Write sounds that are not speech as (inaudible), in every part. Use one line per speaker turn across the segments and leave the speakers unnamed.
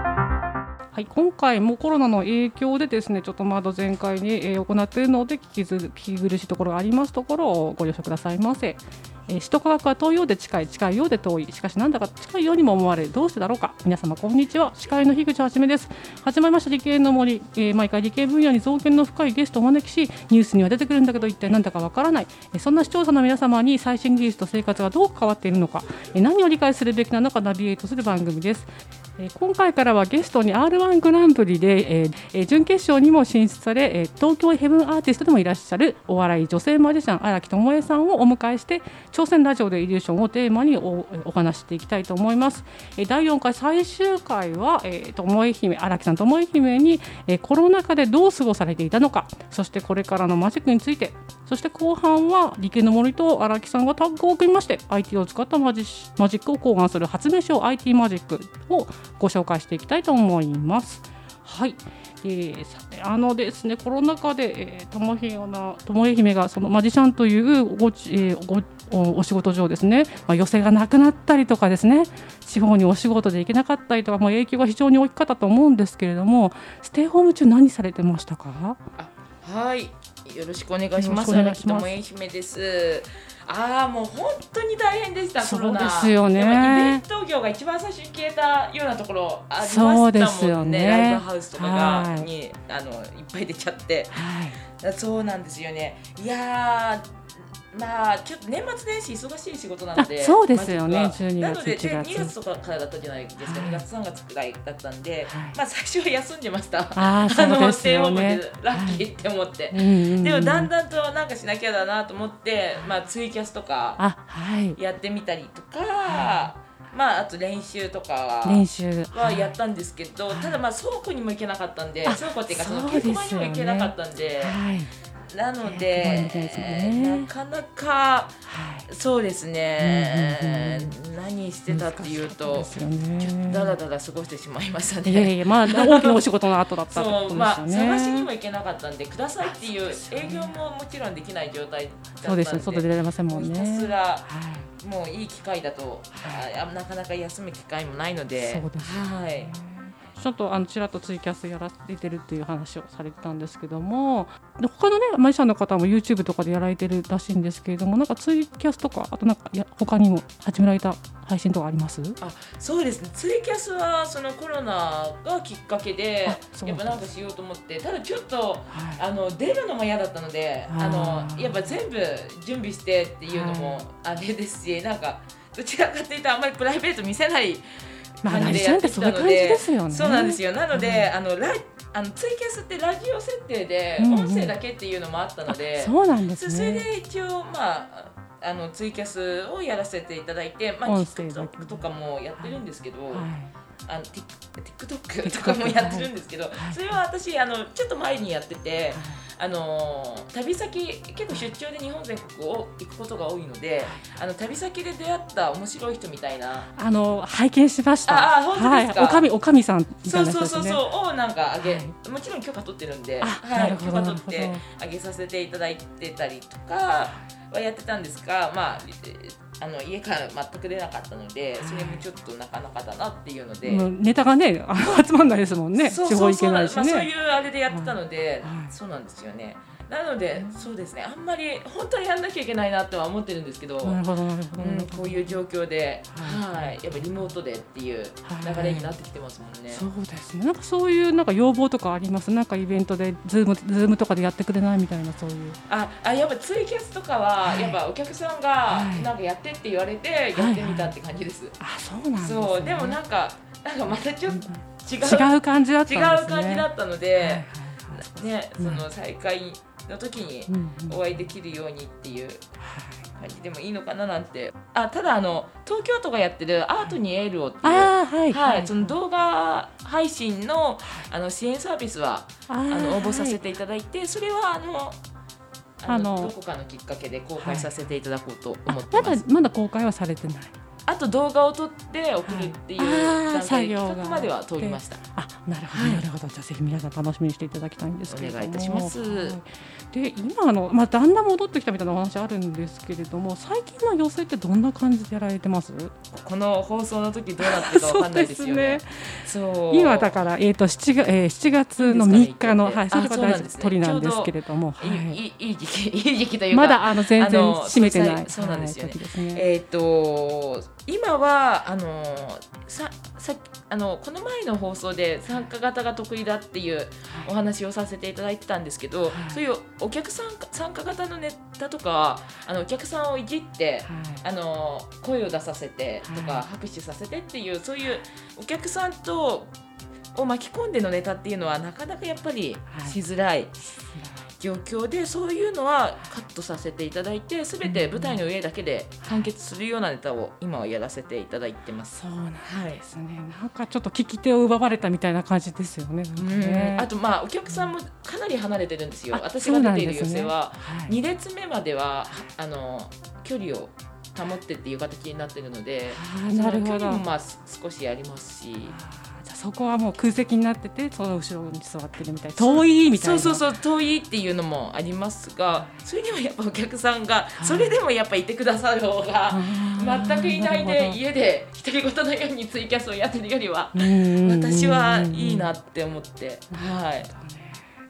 はい、今回もコロナの影響でですねちょっとまだ全開にえー行っているので聞きず聞き苦しいところがありますところをご了承くださいませ、えー、首都科学は遠いようで近い近いようで遠いしかしなんだか近いようにも思われるどうしてだろうか皆様こんにちは司会の樋口はじめです始まりました理系の森、えー毎回理系分野に造形の深いゲストをお招きしニュースには出てくるんだけど一体なんだかわからない、えーそんな視聴者の皆様に最新技術と生活がどう変わっているのか、えー何を理解するべきなのかナビゲートする番組ですえー今回からはゲストに r 1グランプリで、えーえー準決勝にも進出され、えー東京ヘブンアーティストでもいらっしゃるお笑い女性マジシャン荒木智恵さんをお迎えして朝鮮ラジオでイリューションをテーマにおお話ししていきたいと思います、えー第4回最終回は、えー、智恵姫荒木さん智恵姫に、えーコロナ禍でどう過ごされていたのかそしてこれからのマジックについてそして後半は理系の森と荒木さんがタッグを組みまして IT を使ったマジシマジックを考案する発明書 IT マジックをご紹介していきたいと思います。はい、えー、さてあのですねコロナ禍で、えー、ともひなともえ姫がそのマジシャンというごち、えーごおお仕事上ですね、まあ、寄せがなくなったりとかですね地方にお仕事で行けなかったりとか、まあ、影響が非常に大きかったと思うんですけれどもステイホーム中何されてましたか
はい、よろしくお願いします。
よろしくお願いします
荒木智恵姫です。ああ、もう本当に大変でした。
そう
コロナ
ですよね
やっぱイベント業が一番最初に消えたようなところありました
そ
も
うん
ね。
ですよね
ライブハウスとかが
はい
にあのいっぱい出ちゃって、
はい
そうなんですよね。いやー。まあ、ちょっと年末年始忙しい仕事なので
あそうですよね
マジ
12
ックは
月
なのでで
1月
2月とかからだったじゃないですか、
はい
2月3月くらいだったんで、
はい
まあ最初は休んでました
ああ
(laughs) あ
そう
の
で
ス
す
テイホ
よ
ーム
ね
で。ラッキーって思って、で
で
もだんだんとなんかしなきゃだなと思って、まあ、ツイキャスとか
あはい
やってみたりとか、まあ、あと練習とか
練習
はやったんですけど、ただまあ倉庫にも行けなかったんで
あ
倉庫っていうかそ
そ
の
うです
稽
よ
古
ね
場にも行けなかったんで
はい
なの
稽古場に
で
行けないですもんね
なかなか
はい
そうですね、何してたっていう
そう
と
ですよね
だらだら過ごしてしまいましたね。
いやいやまあ大きなお仕事の後だったってこと
そう、
で
まあ、
すよね。
探しにも行けなかったんで、くださいっていう
あそうで
営
すよ
業
ね
ももちろんできない状態だったんで。
そうですね外出られませんもん
ひ
ね。
たすら、
はい
もういい機会だと、あなかなか休む機会もないので。
そうですよ
はい。
ちょっとあのちらっとツイキャスやられてるっていう話をされてたんですけどもで他のねマジシャンの方も YouTube とかでやられてるらしいんですけれどもなんかツイキャスとかあとなんかいや他にも始められた配信とかあります
あ、そうですね。ツイキャスは、そのコロナがきっかけで
あ、そう
や
なん
っ
だ
ぱなんかしようと思って、ただちょっと。
はい
あの出るのも嫌だったので
あー
あのやっぱ全部準備してっていうのもあれですし、なんかどちらかというとあんまりプライベート見せない
まあ
感
マ
じ
ジ
で
シャン
やっ
って
てき
そうい
た
う感じですよ
ので
ね。
そうなんです
よ。
よなので、あのラあのツイキャスってラジオ設定で
うんうん
音声だけっていうのもあったので、
そうなんで
そ
す
それ
ね。
で一応まああのツイキャスをやらせていただいて、まあ、
音声だけ
TikTok とかもやってるんですけど、
はい
あのティ TikTok とかもやってるんですけど、
い
それは私あのちょっと前にやってて。あのー旅先結構出張で日本全国を行くことが多いのであの旅先で出会った面白い人みたいな
あの拝見しました。
ああ本当ですか
はい、おかみおかみさんみた
そ
いうな人
そう
です
そ
ね。
うそうをなんかあげ、
はい
もちろん許可取ってるんで、
あ
は、
ないるほど
許可取
な
っ
る
て
ほ
あげさせていただいてたりとかはやってたんですが、まあ、えあの家から全く出なかったのでそれもちょっとなかなかだなっていうので、
もうネタがねあの集まんないですもんね。
そう
地
そ
方
う
行
そう
け
な
なんい
です
し
まあ、そうい
ね。
うあれでやってたので、
はい
そうなんですよね。なので、そうですね、あんまり本当にやんなきゃいけないなとは思ってるんですけど、
なるほどなるほど。
うん、こういう状況で、
は
はい、やっぱリモートでっていう流れになってきてますもんね。
そうですね。なんかそういうなんか要望とかあります。なんかイベントでズームズームとかでやってくれないみたいなそういう。
ああやっぱツイキャスとかは、
はい
やっぱお客さん
は
が
い
なんかやってって言われてやってみたって感じです。
あそうなんです、ね。
そうでもなんかなんかまたちょっと違う
違う感じだったんで
違
すね。
う感じだったので、ね
う
そ
ん
の再会の時に
うんうん
お会いできるようにっていう感じでもいいのかななんて。あただあの東京都がやってるアートにエールをっていう。
あーはい
はい、その動画配信のあの支援サービスは
あ
あ
ー
の応募させていただいて、それはあのあの
あの
どこかのきっかけで公開させていただこうと
はい
思って
ま
ます。
だまだ公開はされてない。
あと動画を撮って送るっていう
はいあー
段
作
階
業が
企画までは通りました。
あなるほど、
はい
なるほどじゃあぜひ皆さん楽しみにしていただきたいんですけれども
お願いいたします
はいで今あの、まあ、だんだん戻ってきたみたいなお話あるんですけれども最近の寄せってどんな感じでやられてます
この放送の時どうなってるかわかんないですよね。そう
今だから、えー、と 7, 月、えー、7月の
いいんです
3
か
日の、
ね
はい、
あ
それが
そう
大
なん
事
ですね
鳥なんですけれども、
いい
はい、
いいいい時期いい時期というか
まだあの全然
あの
閉めてない
そうなんですよね
はい時ですね
えっ、と今はあのささあのこの前の放送で参加型が得意だっていうお話をさせていただいてたんですけど、
はい
そういうお客さん参加型のネタとかあのお客さんをいじって。あの声を出させてと
は
か
い
拍手させてっていうそういうお客さんとを巻き込んでのネタっていうのはなかなかやっぱり
はい
しづらい状況でそういうのはカットさせていただいて全て舞台の上だけで完結するようなネタを今はやらせていただいてます。
そうなんで
はい
すねなんかちょっと聞き手を奪われたみたいな感じですよねなんかね
あとまあお客さんもかなり離れてるんですよ
あ
私が出ている寄
そう
せ
な
は、
はい
2列目まではあの距離を保ってっていう形になってるので
あ
そ
ーな
の
るほ
距離
ど
もまあす少しありますし
あーじゃあそこはもう空席になっててその後ろに座ってるみたいな遠いみたいな
そう
う
そうそう遠いっていうのもありますがそれでもやっぱお客さんがそれでもやっぱいてくださる方が全くいないで家で独り言のようにツイキャスをやってるよりは私はいいなって思ってはい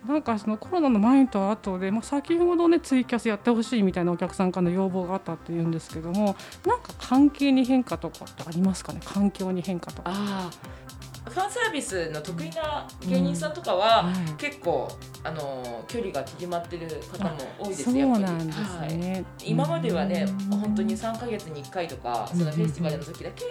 なんかそのコロナの前と後で、まあ、先ほどねツイキャスやってほしいみたいなお客さんからの要望があったっていうんですけどもなんか関係に変化とかってありますかね環境に変化とか。
ああファンサービスの得意な芸人さんとか
う
は、
んはい
結構あの距離が縮まってる方も多いです
そう
ねやっぱり
なんです
はい
ね、
今まではね
うん
本当に3ヶ月に1回とか
うん
そのフェスティバルの時だけ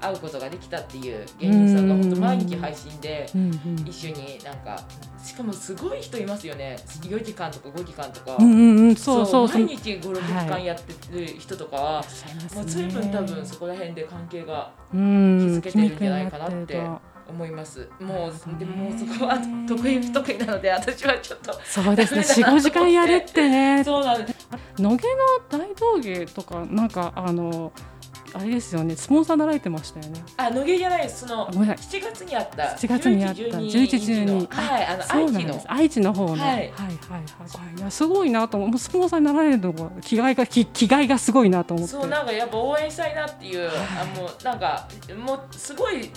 会うことができたっていう芸人さんが
うん
本当毎日配信で
うんうん
一緒になんかしかもすごい人いますよね4時間とか5時間とか、
うんうんうんそうそうそう
毎日56時間やってる人とかは、もう随分多分そこら辺で関係が
分
気づけてるんじゃないかなって思いますもうでももうそこは得意不得意なので私はちょっと
そう
(laughs)
ですね45時間やれってね
そうなんです
野毛の大道芸とかなんかあのあれですよねスポンサーなられてましたよね
あ野毛じゃないですその
あごめんなさい
7月にあった
7月にあった
11
11 12
はいあの
そう
愛
なん
知
で
の
す愛知の方の、
はい
はいはいはいはいいやすごいなと思うもうスポンサーになられるのが気概が気気概がすごいなと思って
そうなんかやっぱ応援したいなっていうあもうなんかもうすごい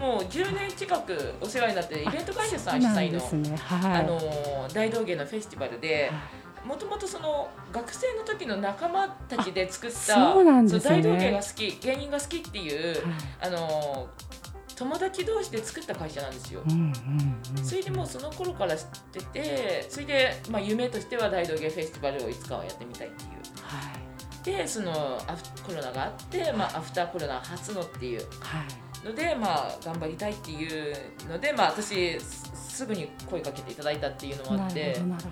もう10年近くお世話になってイベント会社さん主
なん
催
で
の
すねはい
あのー大道芸のフェスティバルで
は。
もともとその学生の時の仲間たちで作った
あそうなんですね
そう大道芸が好き芸人が好きっていう、あのー友達同士で作った会社なんですよ。
うんうんうん
それでもうその頃から知っててそれで、まあ、夢としては大道芸フェスティバルをいつかはやってみたいっていう
はい
でそのアフコロナがあって、まあ、アフターコロナ初のっていう
はい
ので、まあ、頑張りたいっていうので、まあ、私すすぐに声かけていただいたっていうのもあ
な
っ
る
て
ほどなる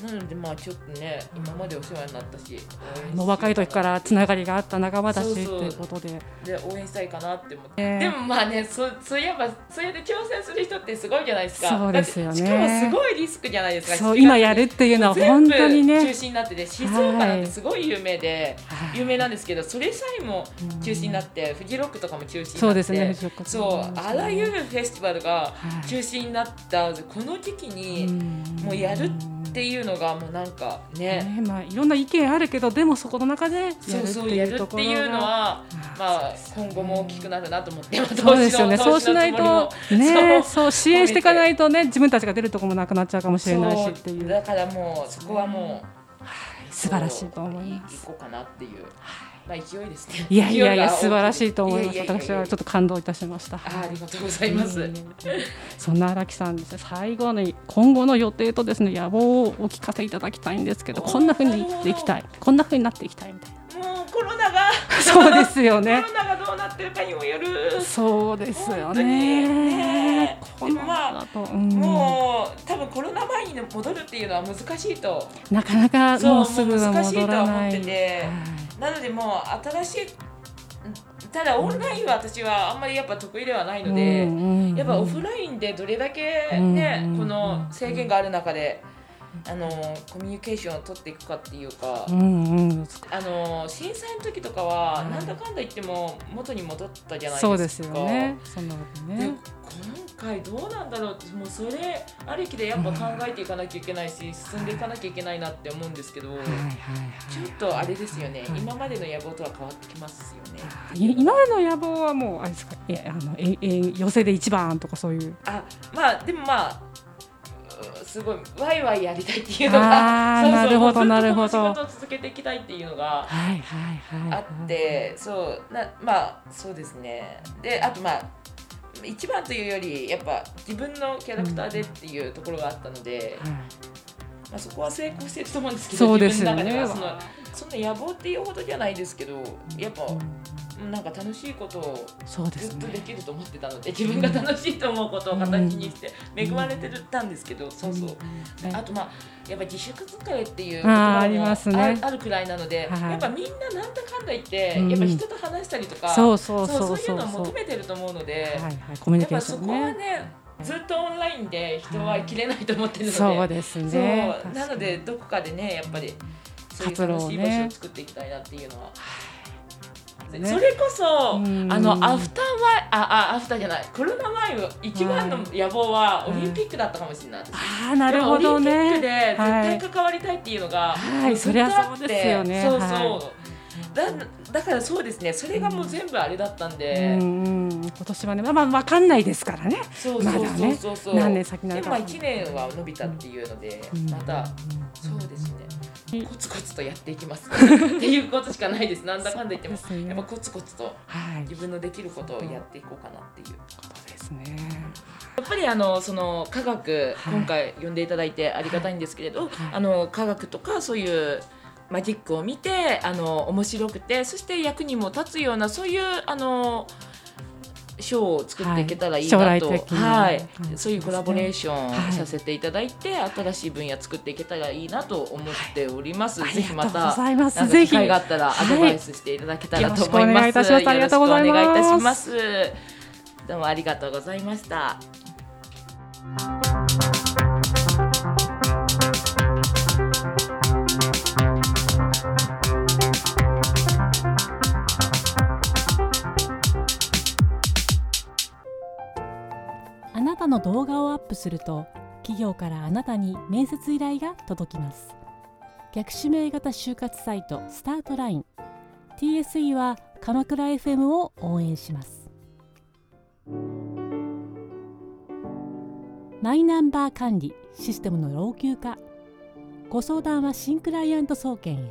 ほ
なのでまあちょっとね今までお世話になったし応援
どもう若い時からつながりがあった仲間だし
そ
って
うそう
いうことで
で応援したいかなって思って、
ええ
でもまあねそそういえばそれで挑戦する人ってすごいじゃないですか
そうですよね
だってしかもすごいリスクじゃないですか
そう今やるっていうのは
全
本
部
当
中
にね
止になってて静岡なんてすごい有名で、
はい
有名なんですけどそれさえも中止になって、フジロックとかも中止になって
そうですね藤岡さん
そうあらゆるフェスティバルが
はい
中止になったこの時期に
も
もうやるっていうのがもうなんかね、
ねまあ、いろんな意見あるけどでもそこの中でやるって
そうそうや
い
る
うと
っ
こ
て
ろ
いうの
が
はま
あ
あ今後も大きくなるなと思って、まあ
そうですよねそう
投資
し
の
ないと
投資のつもりも
ね
そ
そう支援していかないとね自分たちが出るとこもなくなっちゃうかもしれないしってい
そうだからもうそこはもう
素晴らしいと思います。
行こうかなっていうまあ勢いですね
いやいやいや
勢
素晴
が大
ら
き
しいと思います。
ややや
私はちょっと感動いたしました。
あありがとうございます、
ええそんな荒木さんですね最後に今後の予定とですね野望をお聞かせいただきたいんですけど
おー
こんな風に生きていきたいこんな風になっていきたいみたいな
もうコロナが
(laughs) そうですよ
コ
(laughs)
ロ
ね
ナがどうなってるかにもよる
そうですよ
本当に
ね
ね
このままだと、うん
もう多分コロナ前に戻るっていうのは難しいと
なかなか
そう
もうすぐは
もう難しい
戻
とは
ら
思
ない
ってて
はい
なのでもう新しいただオンラインは私はあんまりやっぱ得意ではないので、
うんうんうん
やっぱオフラインでどれだけね、
うん
この制限がある中で、あのコミュニケーションを取っていくかっていうか、
うんうん
あの震災の時とか
う
は
ん
なんだかんだ言っても元に戻ったじゃないですか。
そうですよねそんなこと
で
ね
今会どうなんだろうってもうそれありきでやっぱ考えていかなきゃいけないし、進んでいかなきゃいけないなって思うんですけど、
はいはい
ちょっとあれですよね、
はい
今までの野望とは変わってきますよね。
い今までの野望はもうあれですかえあのええ寄せで一番とかそういう
あまあでもまあうんすごいワイワイやりたいっていうのが
あー
(laughs) そうそう
なるほど
ずっとこ
なるほど
の仕事を続けていきたいっていうのが
はいはいはい
あってそうなまあそうですねであとまあ一番というよりやっぱ自分のキャラクターでっていうところがあったので、
はい
まあ、そこは成功してると思うんですけど
そうですよ
自分の
ね
中ではそのそんな野望っていうほどじゃないですけどやっぱなんか楽しいことを
そうで
ず
す
っと
ね
できると思ってたので自分が楽しいと思うことを形にして恵まれてたんですけど、そうそうあとまあやっぱ自粛疲れっていう言
あー
葉
あり
も
ますね
ああるくらいなので、
はい
やっぱみんななんだかんだ言って、
うん
やっぱ人と話したりとか
そうそう
そ
そうう
そういうのを
そう
求めてると思うので、
はいはいコミュ
や
ニ
っ
ケー
ぱ
シ
そ
ョ
こ
ン
は
ね
ねずっとオンラインで人は切れないと思ってるので、
そうです
そう
ね確かに
なのでどこかでねやっぱりそういう
活路
楽
を
しい
ね
場所を作っていきたいなっていうのは。
ね
それこそ、
うん
あのアフター前ああアフターじゃないコロナ前は一番の野望は
は
オ
い
リンピックだったかもしれない、私
ああなるほど
でもオリンピッ
ね
クで
はい
絶対関わりたいっていうのが、
はい
ずっとあっ
そりゃそ
て
うですよね
そうそう、
は
だだからそうですねそれがもう全部あれだったんで、
うんうん今年はねまあまあわかんないですからね
そうそう
まだ
そう
ね
そうそう、
何年先な
で
の
も
か
まあ1年は伸びたっていうので、
うん
またそうですねコツコツとやっていきます (laughs) っていうことしかないですなんだかんだ言っても
そうですね
やっぱコツコツと
はい
自分のできることをやっていこうかなっていう
そうですね
やっぱりあのその科学、
はい
今回呼んでいただいてありがたいんですけれど、あの科学とかそういうマジックを見てあの面白くてそして役にも立つようなそういうあの賞を作っていけたらいいなと、
は
はいい
将来的な感じですね
そういうコラボレーショ
は
ン
い
させていただいて、新しい分野作っていけたらいいなと思っております。
はい
ぜひま
ありがとう
た
ございます
なんか
ぜひ
機会があったらアドバイスしていただけたらと思い
はい
ま
よ
す。
ろしくお願いいたしますありがとうございます
よろしくお願いいたします。どうもありがとうございました。
あなたの動画をアップすると企業からあなたに面接依頼が届きます逆指名型就活サイトスタートライン TSE は鎌倉 FM を応援しますマイナンバー管理システムの老朽化ご相談は新クライアント総研へ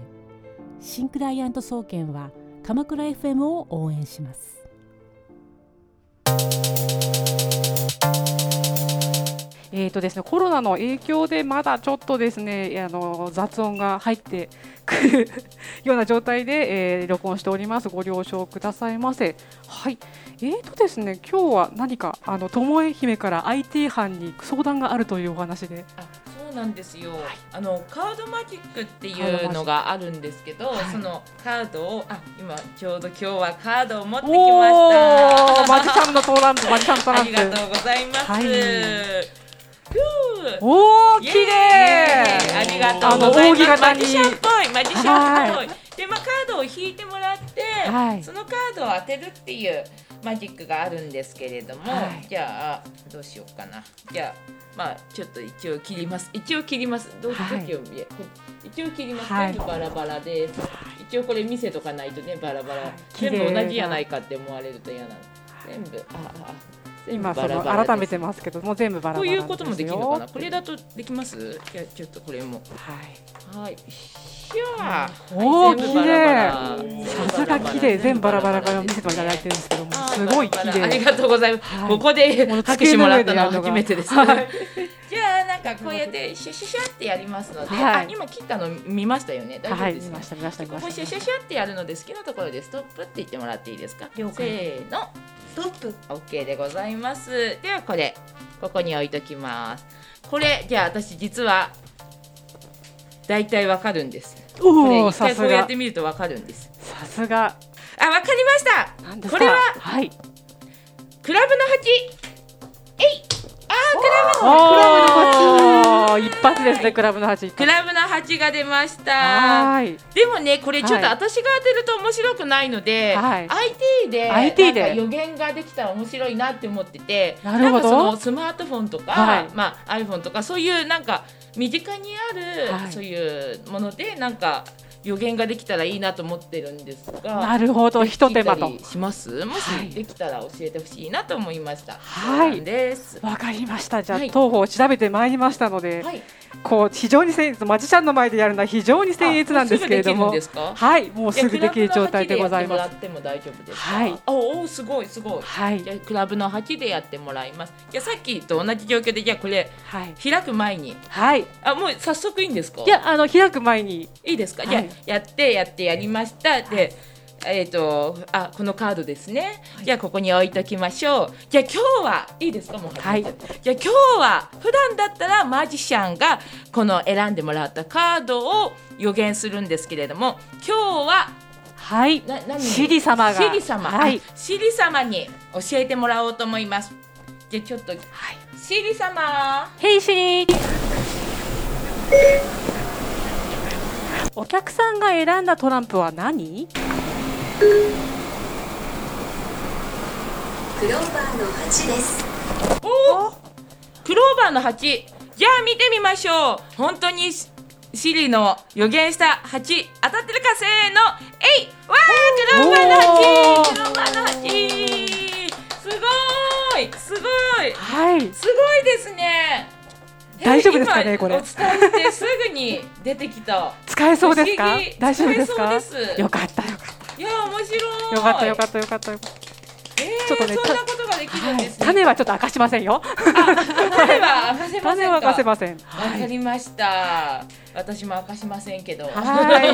新クライアント総研は鎌倉 FM を応援します
えーとですね、コロナの影響でまだちょっとですねあの雑音が入ってくるような状態で、えー録音しておりますご了承くださいませはいえーとですね今日は何かあの巴姫から IT 班に相談があるというお話で
あそうなんですよ、あのカードマジックっていうのがあるんですけど、
マジック
そのカードをあ今ちょうど今日はカードを持ってきま
お
した
ーマジシャンのトランプマジシャンのトラ
あ
ン
り
プ
がとうございます、
はい
ふう
おお綺
イエーイ
麗
ありがとうございます
あの扇
マ
形
ジ
に
シャンっぽいマジシャンっぽいでまあカードを引いてもらって、
はい
そのカードを当てるっていうマジックがあるんですけれども、
はい
じゃあどうしようかなじゃあまあちょっと一応切ります一応切りますどう
はい
時を見えこ一応切ります、
はい
全部バラバラです一応これ見せとかないとねバラバラ
綺
全
麗
部
な
同じやないかって思われると嫌なの全部あああ全部
今
バ
そ
ラ
の
バラです
改めてますけどもう全部バラ
こ
バ
う
ラ
い
なんす
う
よ
こともできるのかなこれだとできますいやちょっとこれも
はい
はいしゃー
おー
はい全部バラバラ
さすが綺麗全部バラバラから見せていただいてるんですけどもすごい綺
あり
麗
がとうございます。
はい
ここで
の
拍手もらったのは
机の上でやるのが
初めてです。
はい
じゃあなんかこうやってシュシュシュってやりますので、
はい
あ今切ったの見ましたよね。大丈
は
夫
い
で
見
すね
ました見ました見
こ
ま
こ
し
シュシ
た
ュシュってやるので好きなところでストップって言ってもらっていいですか。
了解
せーの、ストップ。オッケーでございます。ではこれここに置いときます。これじゃあ私実はだいたいわかるんです。これ
おお
一
さ
回こ
す
うやっ
が
てみるとわかるんです。
さすが
あわかりました。
なんですか
これは
はい
クラブの鉢。えい。あークラブ
お
の
お一発ですね、クラブの8。
クラブの8が出まし
は
た
ーい。
でもねこれちょっと
はい
私が当てると面白くないので、
はい
IT で
IT で
なんか予言ができたら面白いなって思ってて
なるほど
んかそのスマートフォンとか、
はい
まあ、iPhone とかそういうなんか身近にある、
はい
そういうものでなんか予言ができたらいいなと思ってるんですが。
なるほど、ひと手間
聞
と
いた。りしますも
はい
しできたら教えてほしいなと思いました。
はい
そうなんです。
わかりました。じゃあ、
はい
当方を調べてまいりましたので、
はい。
こう非常に僭越、マジシャンの前でやるのは非常に僭越なんですけれど
あ
も
う、すぐできるんですか
はい、もうすぐできる状態でございます。
す。クラブの八でやってもらっても大丈夫ですか。
はい
おおすごいすごい。
はい
じ、ゃあクラブの八でやってもらいます。じゃあさっきと同じ状況でじゃあこれ
はい、
開く前に
はい。い
あもう早速いいんですか。
や、あの開く前に、
いいですか。
はい
じゃあやってやってやりましたで。えー、とあこのカードですね、じゃあここに置いときましょうじゃあ今日はいいですかもう
はい
じゃあ今日は普段だったらマジシャンがこの選んでもらったカードを予言するんですけれども今日は
はい、
な何
シリ様が、
シリ様、
は
はい
い、、
シリ様に教えてもらおうと思います。じゃあちょっと、
はい、
シリ様、
ヘイシリ。お客さんが選んだトランプは何？
クローバーの8です
おお、クローバーの八。じゃあ見てみましょう。本当にシシリの予言した八当たってるかせーの、えい、
お
わあ、クローバーの八、
ー
クローバーの八、すごい、すごい。
はい、
すごいですね。
大丈夫ですかね
えー今
これ
お伝えしてすぐに出てきた。
使えそうですか
不思議？
大丈夫ですか？
使えそうです
よかったよかっ
いや面白い。
たよかったよか
っ。
ったよかったよかった
えー、
ちょっとね
そんなことができるん
た。
ですね。
種はちょっと明かしませんよ。
種は明かせませ
種
ん
は
か。
明かせません。
わかりました。私も明かしませんけど。
は
(laughs) え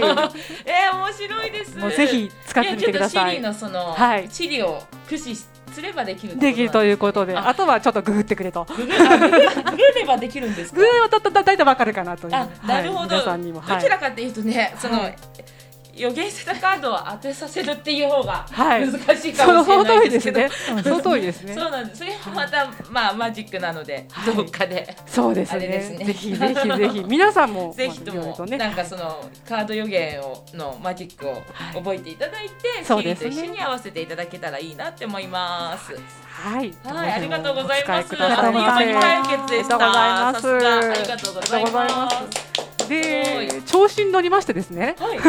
ー、面白いです。
もうぜひ使ってみてくださ
い
い
や。ちょっとシリのその、
はい
シリを駆使すればできるってことなん
できると
う。
いうことで、
あ
あとはちょっとググってくれと。
ググあググググればできるんですか
グ。ーをたったたたいたばかるかなという。
あ、なるほど。
はい皆さんにも。は
ど
い
ち。らかっていうとね、その。予言したカードを当てさせるっていう方が
はい
難しいか
そのその
もしれな
通り
いで
ですす
けど、
ね。うんその通りですね。
そうなんです。それもまたまあマジックなので、
はい
どっかで。
そうです
あれですね
ね。ぜひぜひぜ
(laughs)
ひ皆さんも
ぜひと
まあいろいろ
も、
とね
なんかそのカード予言をのマジックを
はい
覚えていただいて、
そう
シリ
で
ーと
すね
一緒に合わせていただけたらいいなって思います。
はい。
はい、ありがとうございます。
お使くださ
あ
い
っという
ま
間
せ
に解決でした。
ありがとうございます
さすがありがとうございます。
で調子に乗りましてですね。
はい、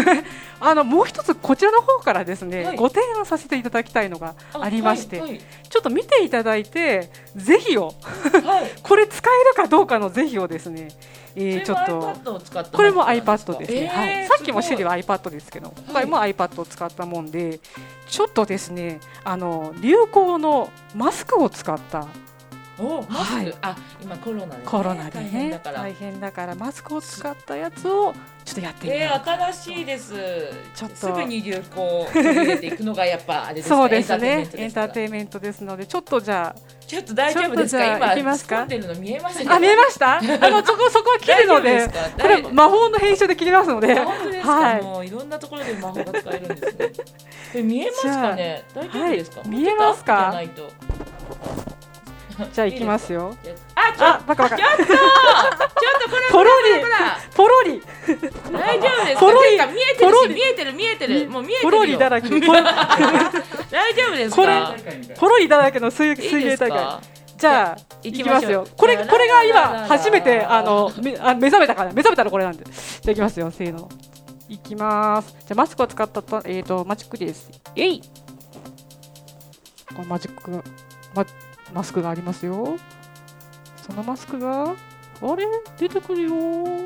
あのもう一つこちらの方からですね、
はい
ご提案させていただきたいのが (laughs) ありまして、
はい、
ちょっと見ていただいて是非を
はいはい
これ使えるかどうかの是非をですね、えーち
そ
ょ
れ
っ
も
と
iPad を使った
これも iPad ですね、
えー
はい、さっきもシリ
すごい
は iPad ですけど今回も iPad を使ったもんで、ちょっとですねあの流行のマスクを使った
おマスク、
はい
あ今コロナで、ね、
コロナで
大変だ
ね
から。
大変だからマスクを使ったやつをちょっとやってみよ
え
う
ー、新しいです。
ちょっと
すぐに流行を取り入れていくのがやっぱあれですか。
そうですねエ
エ
ン
ンタ
タ
ー
ー
テインメントですか
テインメントですの
ら
でちょっとじゃ
ちょっと大丈夫です
ちょっとじ
か。
ゃあ
今
行きますか
突っ込んでるの見えます
ああ見え
す
ましたあのそこそこは切るのでこれ魔法の編集で切れますので
本当ですか。
はい
もういろんなところで魔法が使えるんですね。これ見えますかね。大丈夫ですか。
はい見えますか
もうちょっとアップじゃないと。
じゃあ行きますよ
いいですか。あ、
あバカバカ
ちょっとちょっとこれ
ポロリ
ほら
ポロリ
ほら大丈夫ですか。
ポロリ
なんか見えて
ポ
る
ロ
し
リ
見えてる見えてるもう見えて
ポ
るよ。
ロリだらけポロ
大丈夫ですか。
これポロリだらけの水
いい
水
で
泳
すか
大会じゃあ
行
行
き
き
ま
ま
し
す
ょう
よこれこれが
ララララ
今
ラ
初めてあのめあ目覚めたから目覚めたらこれなんでじゃあ行きますよせーの行きますじゃあマスクを使ったとえっ、とマジックですえいこのマジックママスクがありますよそのマスクがあれ出てくるよ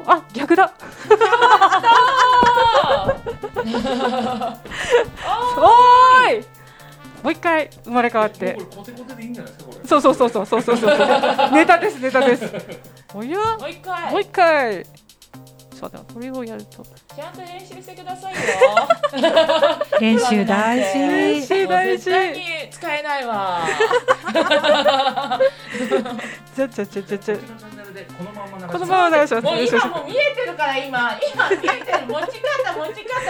あ逆だおーいもう一回生まれ変わって
これコテコテでいいんじゃないですかこれ
そうそうそうそうそうそうそうネタですネタですおや
もう一回。
もう一回。そうだ、これをやると。
ちゃんと練習してくだ
(laughs)
さいよ。
練習大
練
事
習大事
絶。対に使えないわ。
じゃじゃじゃじゃじゃ
うち。のチャンネルでこのまま流します
このまま流します。
もう
よしよし
今もう見えてるから今、今見えてる持ち方持ち方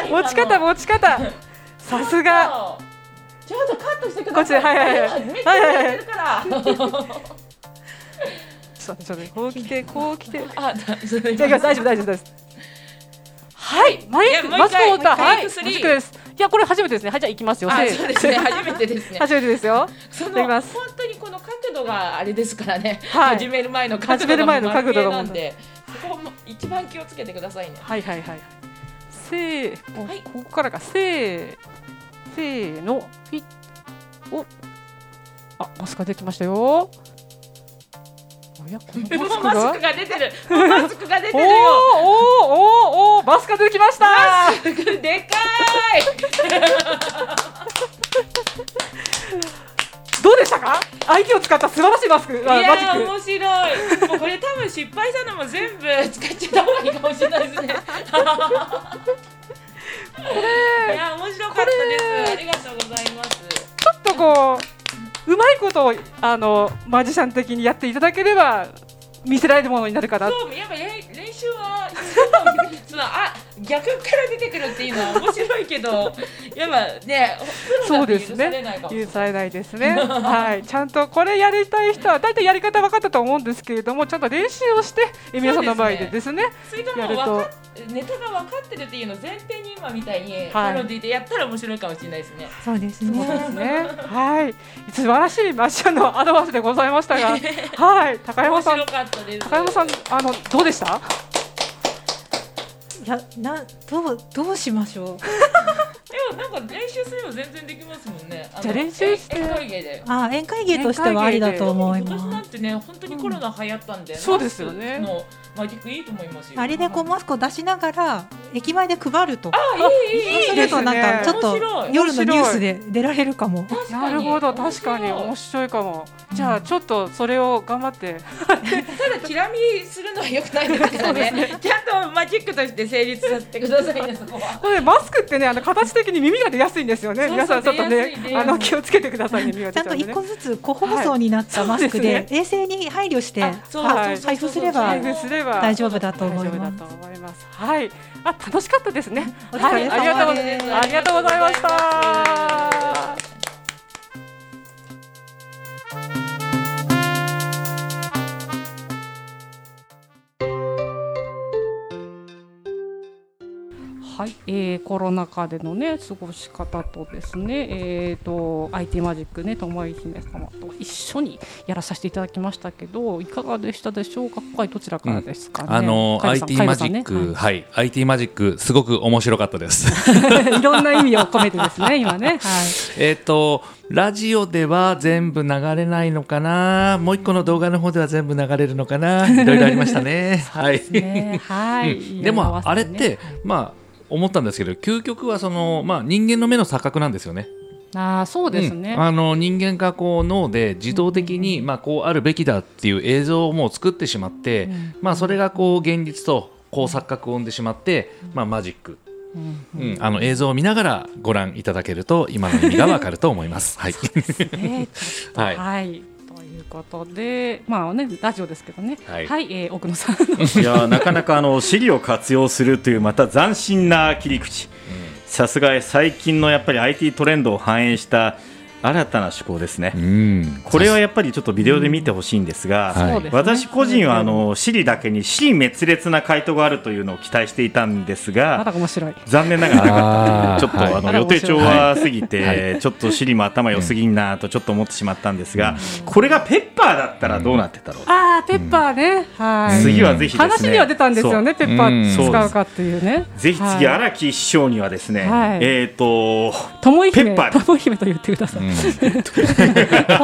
今の
持ち方持ち方。さすが。。
ちょっ
(laughs)
とカットしてください。
こっちはいはいはい
今めっちゃ見えてるから。
そうそうこう来てこう来て。い
あ、だすみ
やい
ま
や
せん
大丈夫大丈夫です。
はい。
マイクマスクを打ったはいマスク
薬。
です。いやこれ初めてですね。はいじゃあ行きますよ。
あ、
せー
そうですね。初めてですね。
初めてですよ。
そ
いただ
の
きま
本
す
当にこの角度があれですからね。
はい
始める前の角度が
始める前の角度が
丸見えなんで、そこも一番気をつけてくださいね。
はいはいはい。せー、お
はい
ここからかせーせーのピッおあマスクができましたよ。おやこの
(laughs)
マスク
マ
が
スクが出てる。マスクが出て
お
る
ー
よ。
おーおーおーマスクが出てきました。
(laughs) でかい。
どうでしたか？相手を使った素晴らしいマスク。
い
あ
や
マジッ
ー
ク。
面白い。もうこれ多分失敗したのも全部 (laughs) 使っちゃった方がいいかもしれないですね。 (laughs) いやー面白かったです。ありがとうございます。
ちょっとこううまいことをあのマジシャン的にやっていただければ見せられるものになるかな。
そうやっぱ練練習はそのあ逆から出てくるっていうのは面白いけど (laughs) やっぱねプ
そ
ロ
う
だ
で
って
す
許されない
ね
か。も
許されないですね。はい、ちゃんとこれやりたい人は大体やり方分かったと思うんですけれども、ちゃんと練習をしてえ皆さんの前でですね。
それと
や
も
る
分
と
かっネタが分かってるっていうのを前提に今みたいに
はい
パロディでやったら面白いかもしれないですね。
そうですね。はい、素晴らしいマジシャンのアドバイスでございました
(laughs)
が、はい、高山
面
さん
白、かったです。
高山さんあのどうでした？や
などうどうしましょう。
でもなんか練習すれば全然できますもんね。の
じゃあ練習して
え宴会芸で。
あ宴会芸としてはありだと思い
今年な
ま
ん
す。
てね本当にコロナ流行ったんで、
そうですよね
マスクのマジックいいと思いますよ。
あれでこうマスクを出しながら駅前で配ると。
あいいいいいい
するとなんかちょっ
面
と
白い
夜のニュースで出られるかも。
確か
な
に
るほど、確かに
面白い
面白いかも。じゃあちょっとそれを頑張って。
ただチラ見するのは良くないですからねちゃんとマジックとして成立させてくださいねそこは
これマスクってね、あの形的に耳が出やすいんですよね。
そうそう
皆さんちょっと
出やす
ね
い出やす、い
あの気をつけてくださいね。耳が
ちゃ
出
ん
ち
と
う
一
でね
個。ずつ個包装になったマスク
はい
で衛生に配慮して
あそう
は
そうそう
い
そう
配布すれば
配布すれば
大丈夫だと
大
思
丈
い
夫だ
ます。
と思います。はい。あ、楽しかったですね。
お疲れ様です
はい、ありがとうございます。ありがとうございました。
はい、えーコロナ禍でのね過ごし方とですね、えー、と IT マジックね友井姫様と一緒にやらさせていただきましたけどいかがでしたでしょうか今回どちらからですかね、
あの
カイロさん
IT マジック、
カイロさんね
はい、IT マジックすごく面白かったで
(laughs)
す。 (laughs)
はい、いろんな意味を込めてですね今ね、はい、
えっとラジオでは全部流れないのかな、もう一個の動画の方では全部流れるのかな、いろいろありましたね。
(laughs)
はい。
ねは
うん
い、
で
色々合
も
わせ
あれ
て
っ
ね
て、まあ思ったんですけど、究極はそのまあ人間の目の錯覚なんですよね。
あーそうですね、
うんあの人間がこう脳で自動的に、まあ、こうあるべきだっていう映像をもう作ってしまって、まあ、それがこう現実とこう錯覚を生んでしまって、まあ、マジック、うんあの映像を見ながらご覧いただけると今の意味がわかると思います。はい、
ね
(laughs) は
はい、
い
ということでまあねラジオですけどねは、
はいい
えー奥野さん
(laughs) いやーなかなかあの資料を活用するというまた斬新な切り口さすが最近のやっぱり IT トレンドを反映した新たな思考ですね、
うん
これはやっぱりちょっとビデオで見てほしいんです
は
が、
い
そうですね
私個人はあの Siri だけに Siri 滅裂な回答があるというのを期待していたんです
ま
が
だ面白い
残念ながらなか
あー
ったというちょっと
はい
あの
あら
予定調和すぎ
は
てちょっと Siri も頭良すぎんなとちょっと思ってしまったんですがこれがペッパーだったらどうなってたろう
あーペッパーね、はい
次はぜひですね
話には出たんですよね、ペッパー使うかっていうね。
ぜひ次、
はい
荒木師匠にはですね、
はい
えっ、と、
ともい
ペ
姫、
ッパー
ともい姫と言ってください。
(laughs)
(laughs)
と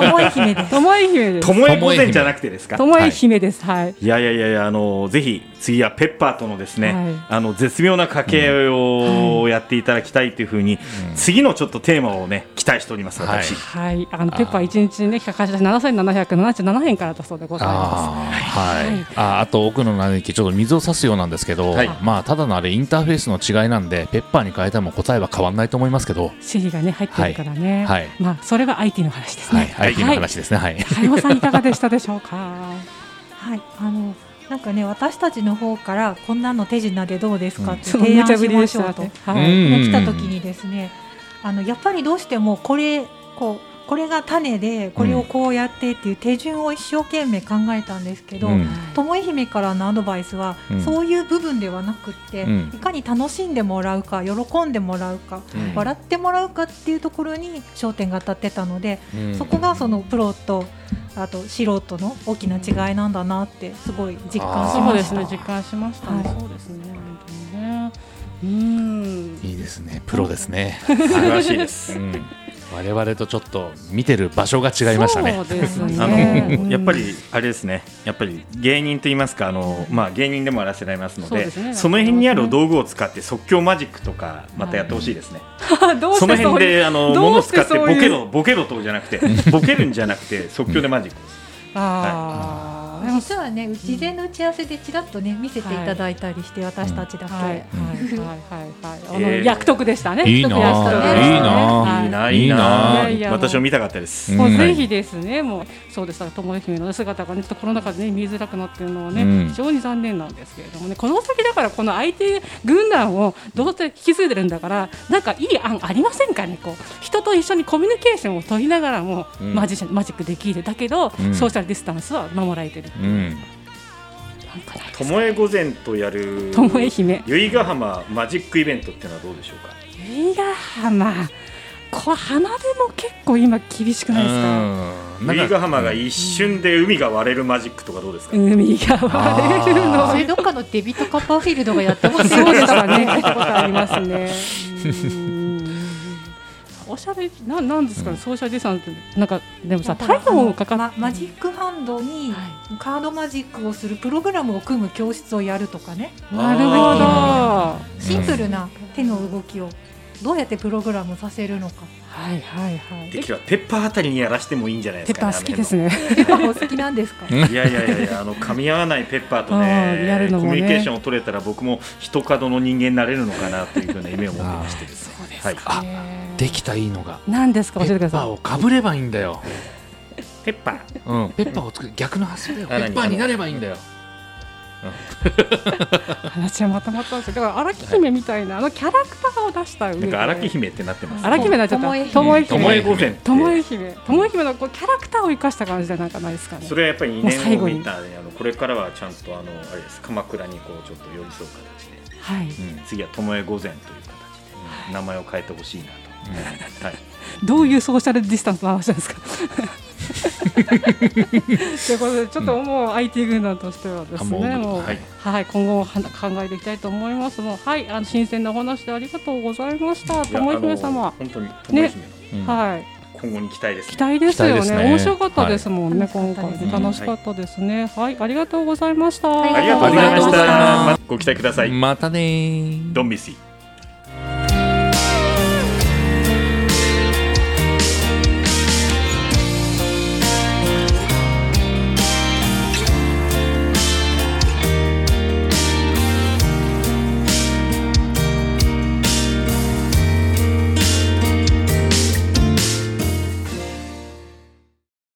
もえ姫です。
ともい姫です
と。もえ御前じゃなくてですか
と。もい姫です。はい。
いやいやいやいや、あの、ぜひ次はペッパーとのですね、
はい
あの、絶妙な掛け合いをやっていただきたいというふうに、次のちょっとテーマをね、期待しております、 (laughs) 私。
はい、あのペッパー一日にね、企画し七千七百七十七円からだそうでございま
あーはい、ああと奥の嘆きちょっと水を差すようなんですけど、
はい
まあただのあれインターフェースの違いなんでペッパーに変えても答えは変わらないと思いますけど、
す。シリがね、入ってるからね。
はいはい
まあ、それは I. T. の話です
は
ね。
い、IT の話ですねはい、
はい。加山さん、いかがでしたでしょうか。
はい、あのなんかね私たちの方からこんなの手品でどうですかって
その
提
無
案
茶
し
ぶりで
ま
し
しょう
た
と、
ね。はい。
うん
来た時にですねあのやっぱりどうしてもこれこうこれが種でこれをこうやってっていう手順を一生懸命考えたんですけど、
うん
ともえ姫からのアドバイスは、
うん
そういう部分ではなくって、
うん
いかに楽しんでもらうか喜んでもらうか、
うん
笑ってもらうかっていうところに焦点が当たってたので、
うん
そこがそのプロとあと素人の大きな違いなんだなってすごい実感し
そう
ま
で
し
す
た。
ね実感しましたね、
はい
そうですね本当にねうん
いいですねプロですね、
素晴らしいです
うん、我々とちょっと見てる場所が違いました
そ
ね
うですね
あの
うん
やっぱりあれですねやっぱり芸人と言いますかあの、まあ、芸人でもあらせられますの
そう
で
ですね
その辺にあるお道具を使って即興マジックとかまたやってほしいですね、
どうして
その
そう
辺
いう
であの
ど
物
う
を
して
使ってボ
そういう
ケろボケろとじゃなくてボケるんじゃなくて即興でマジック
あーでも
実はね、事前の打ち合わせでちらっとね、見せていただいたりして、私たちだけ。
はいはいはいはいはいあの
えー
役得でしたね
いいな
役得でした
いいな
はい
いいない
い
い
な
ない
やいや
私を見たかったです、
もう
うん
ぜひですね、もうそうですともえ姫の姿がね、ちょっとコロナ禍で、ね、見えづらくなっているのはね、
うん
非常に残念なんですけれどもね、この先だから、この IT 軍団をどうやって引き継いでるんだから、なんかいい案ありませんかね、こう人と一緒にコミュニケーションを取りながらも、
うん
マジシャンマジックできる、だけど、
うん
ソーシャルディスタンスは守られてる、
うん
なんかないで
と
す
もえ御前とやる
ともえ姫、
由比ヶ浜マジックイベントっていうのはどうでしょうか
由比ヶ浜、こう鼻でも結構今、厳しくないですか。
うん
由比ヶ浜が
い
一瞬で海が割れるマジックとかどうですか、
海が割れるの
あ
は
ー
れどっかのデビットカッパーフィールドがやってま
そうでしたね。聞いたことありますね。おしゃれなんなんですかね、ソーシャルディスタンスってなんかでもさ体温をかか
ま
っ
マジックハンドにカードマジックをするプログラムを組む教室をやるとかね
なるほど。
シンプルな手の動きをどうやってプログラムさせるのか
はいはいはい。
できればペッパーあたりにやらしてもいいんじゃない
ペ
です
ッパ
か、ね、
ー好きですね。
ペッパーお好きなんですか
あの辺のいやいやいやいやあの噛み合わないペッパーと (laughs)
うんや
ね
るの
コ
もね
ミュニケーションを取れたら僕も人角の人間になれるのかなというふうな夢を持ってましてですねはい、
あできたいいのが
何ですか
ペ
教えてくだ
ッパ
さ
ーをかぶればいいんだよ、
ペッパー
うん、ペッパーを作る逆の発想だよペ
あ何
ッパーになればいいんだよ
い。話はまとまったんですよ。だから荒木姫みたいなあのキャラクターを出した上
なん
で。
か荒木。姫ってなってます
荒木姫になっちゃった。ともえ
巴姫
巴
姫。
御前っ
ともえ
て
姫。ともえ姫のこうキャラクターを生かした感じじゃなんかないですかね
そ。れはやっぱり2
もう最
年
後
後
に
見たねあのこれからはちゃんとあのあれです鎌倉にこうちょっと寄り添う形で
はい。
次は巴御前という形で、うん名前を変えてほしいなと、 (laughs) はい、
どういうソーシャルディスタンスの話なんですか。ということで、ちょっともう IT 軍団としてはです
あもう
ね、もう、は
はい
い、今後もは考えていきたいと思います。もう、はい、あの新鮮なお話でありがとうございました。ともえ
いや
姫
あの
様。
本当に巴姫の
うん
はい、
今後に期待ですね
期待ですよ
期
ね
待ですね
面白かったですもんね、
はい
今回ね楽
楽
し
し
か
か
っ
った
ですね、はい、ありがとうございました。
ありがとうございまし
ありがとうございました
た。まご期待ください。
またねー
ドンミスイ。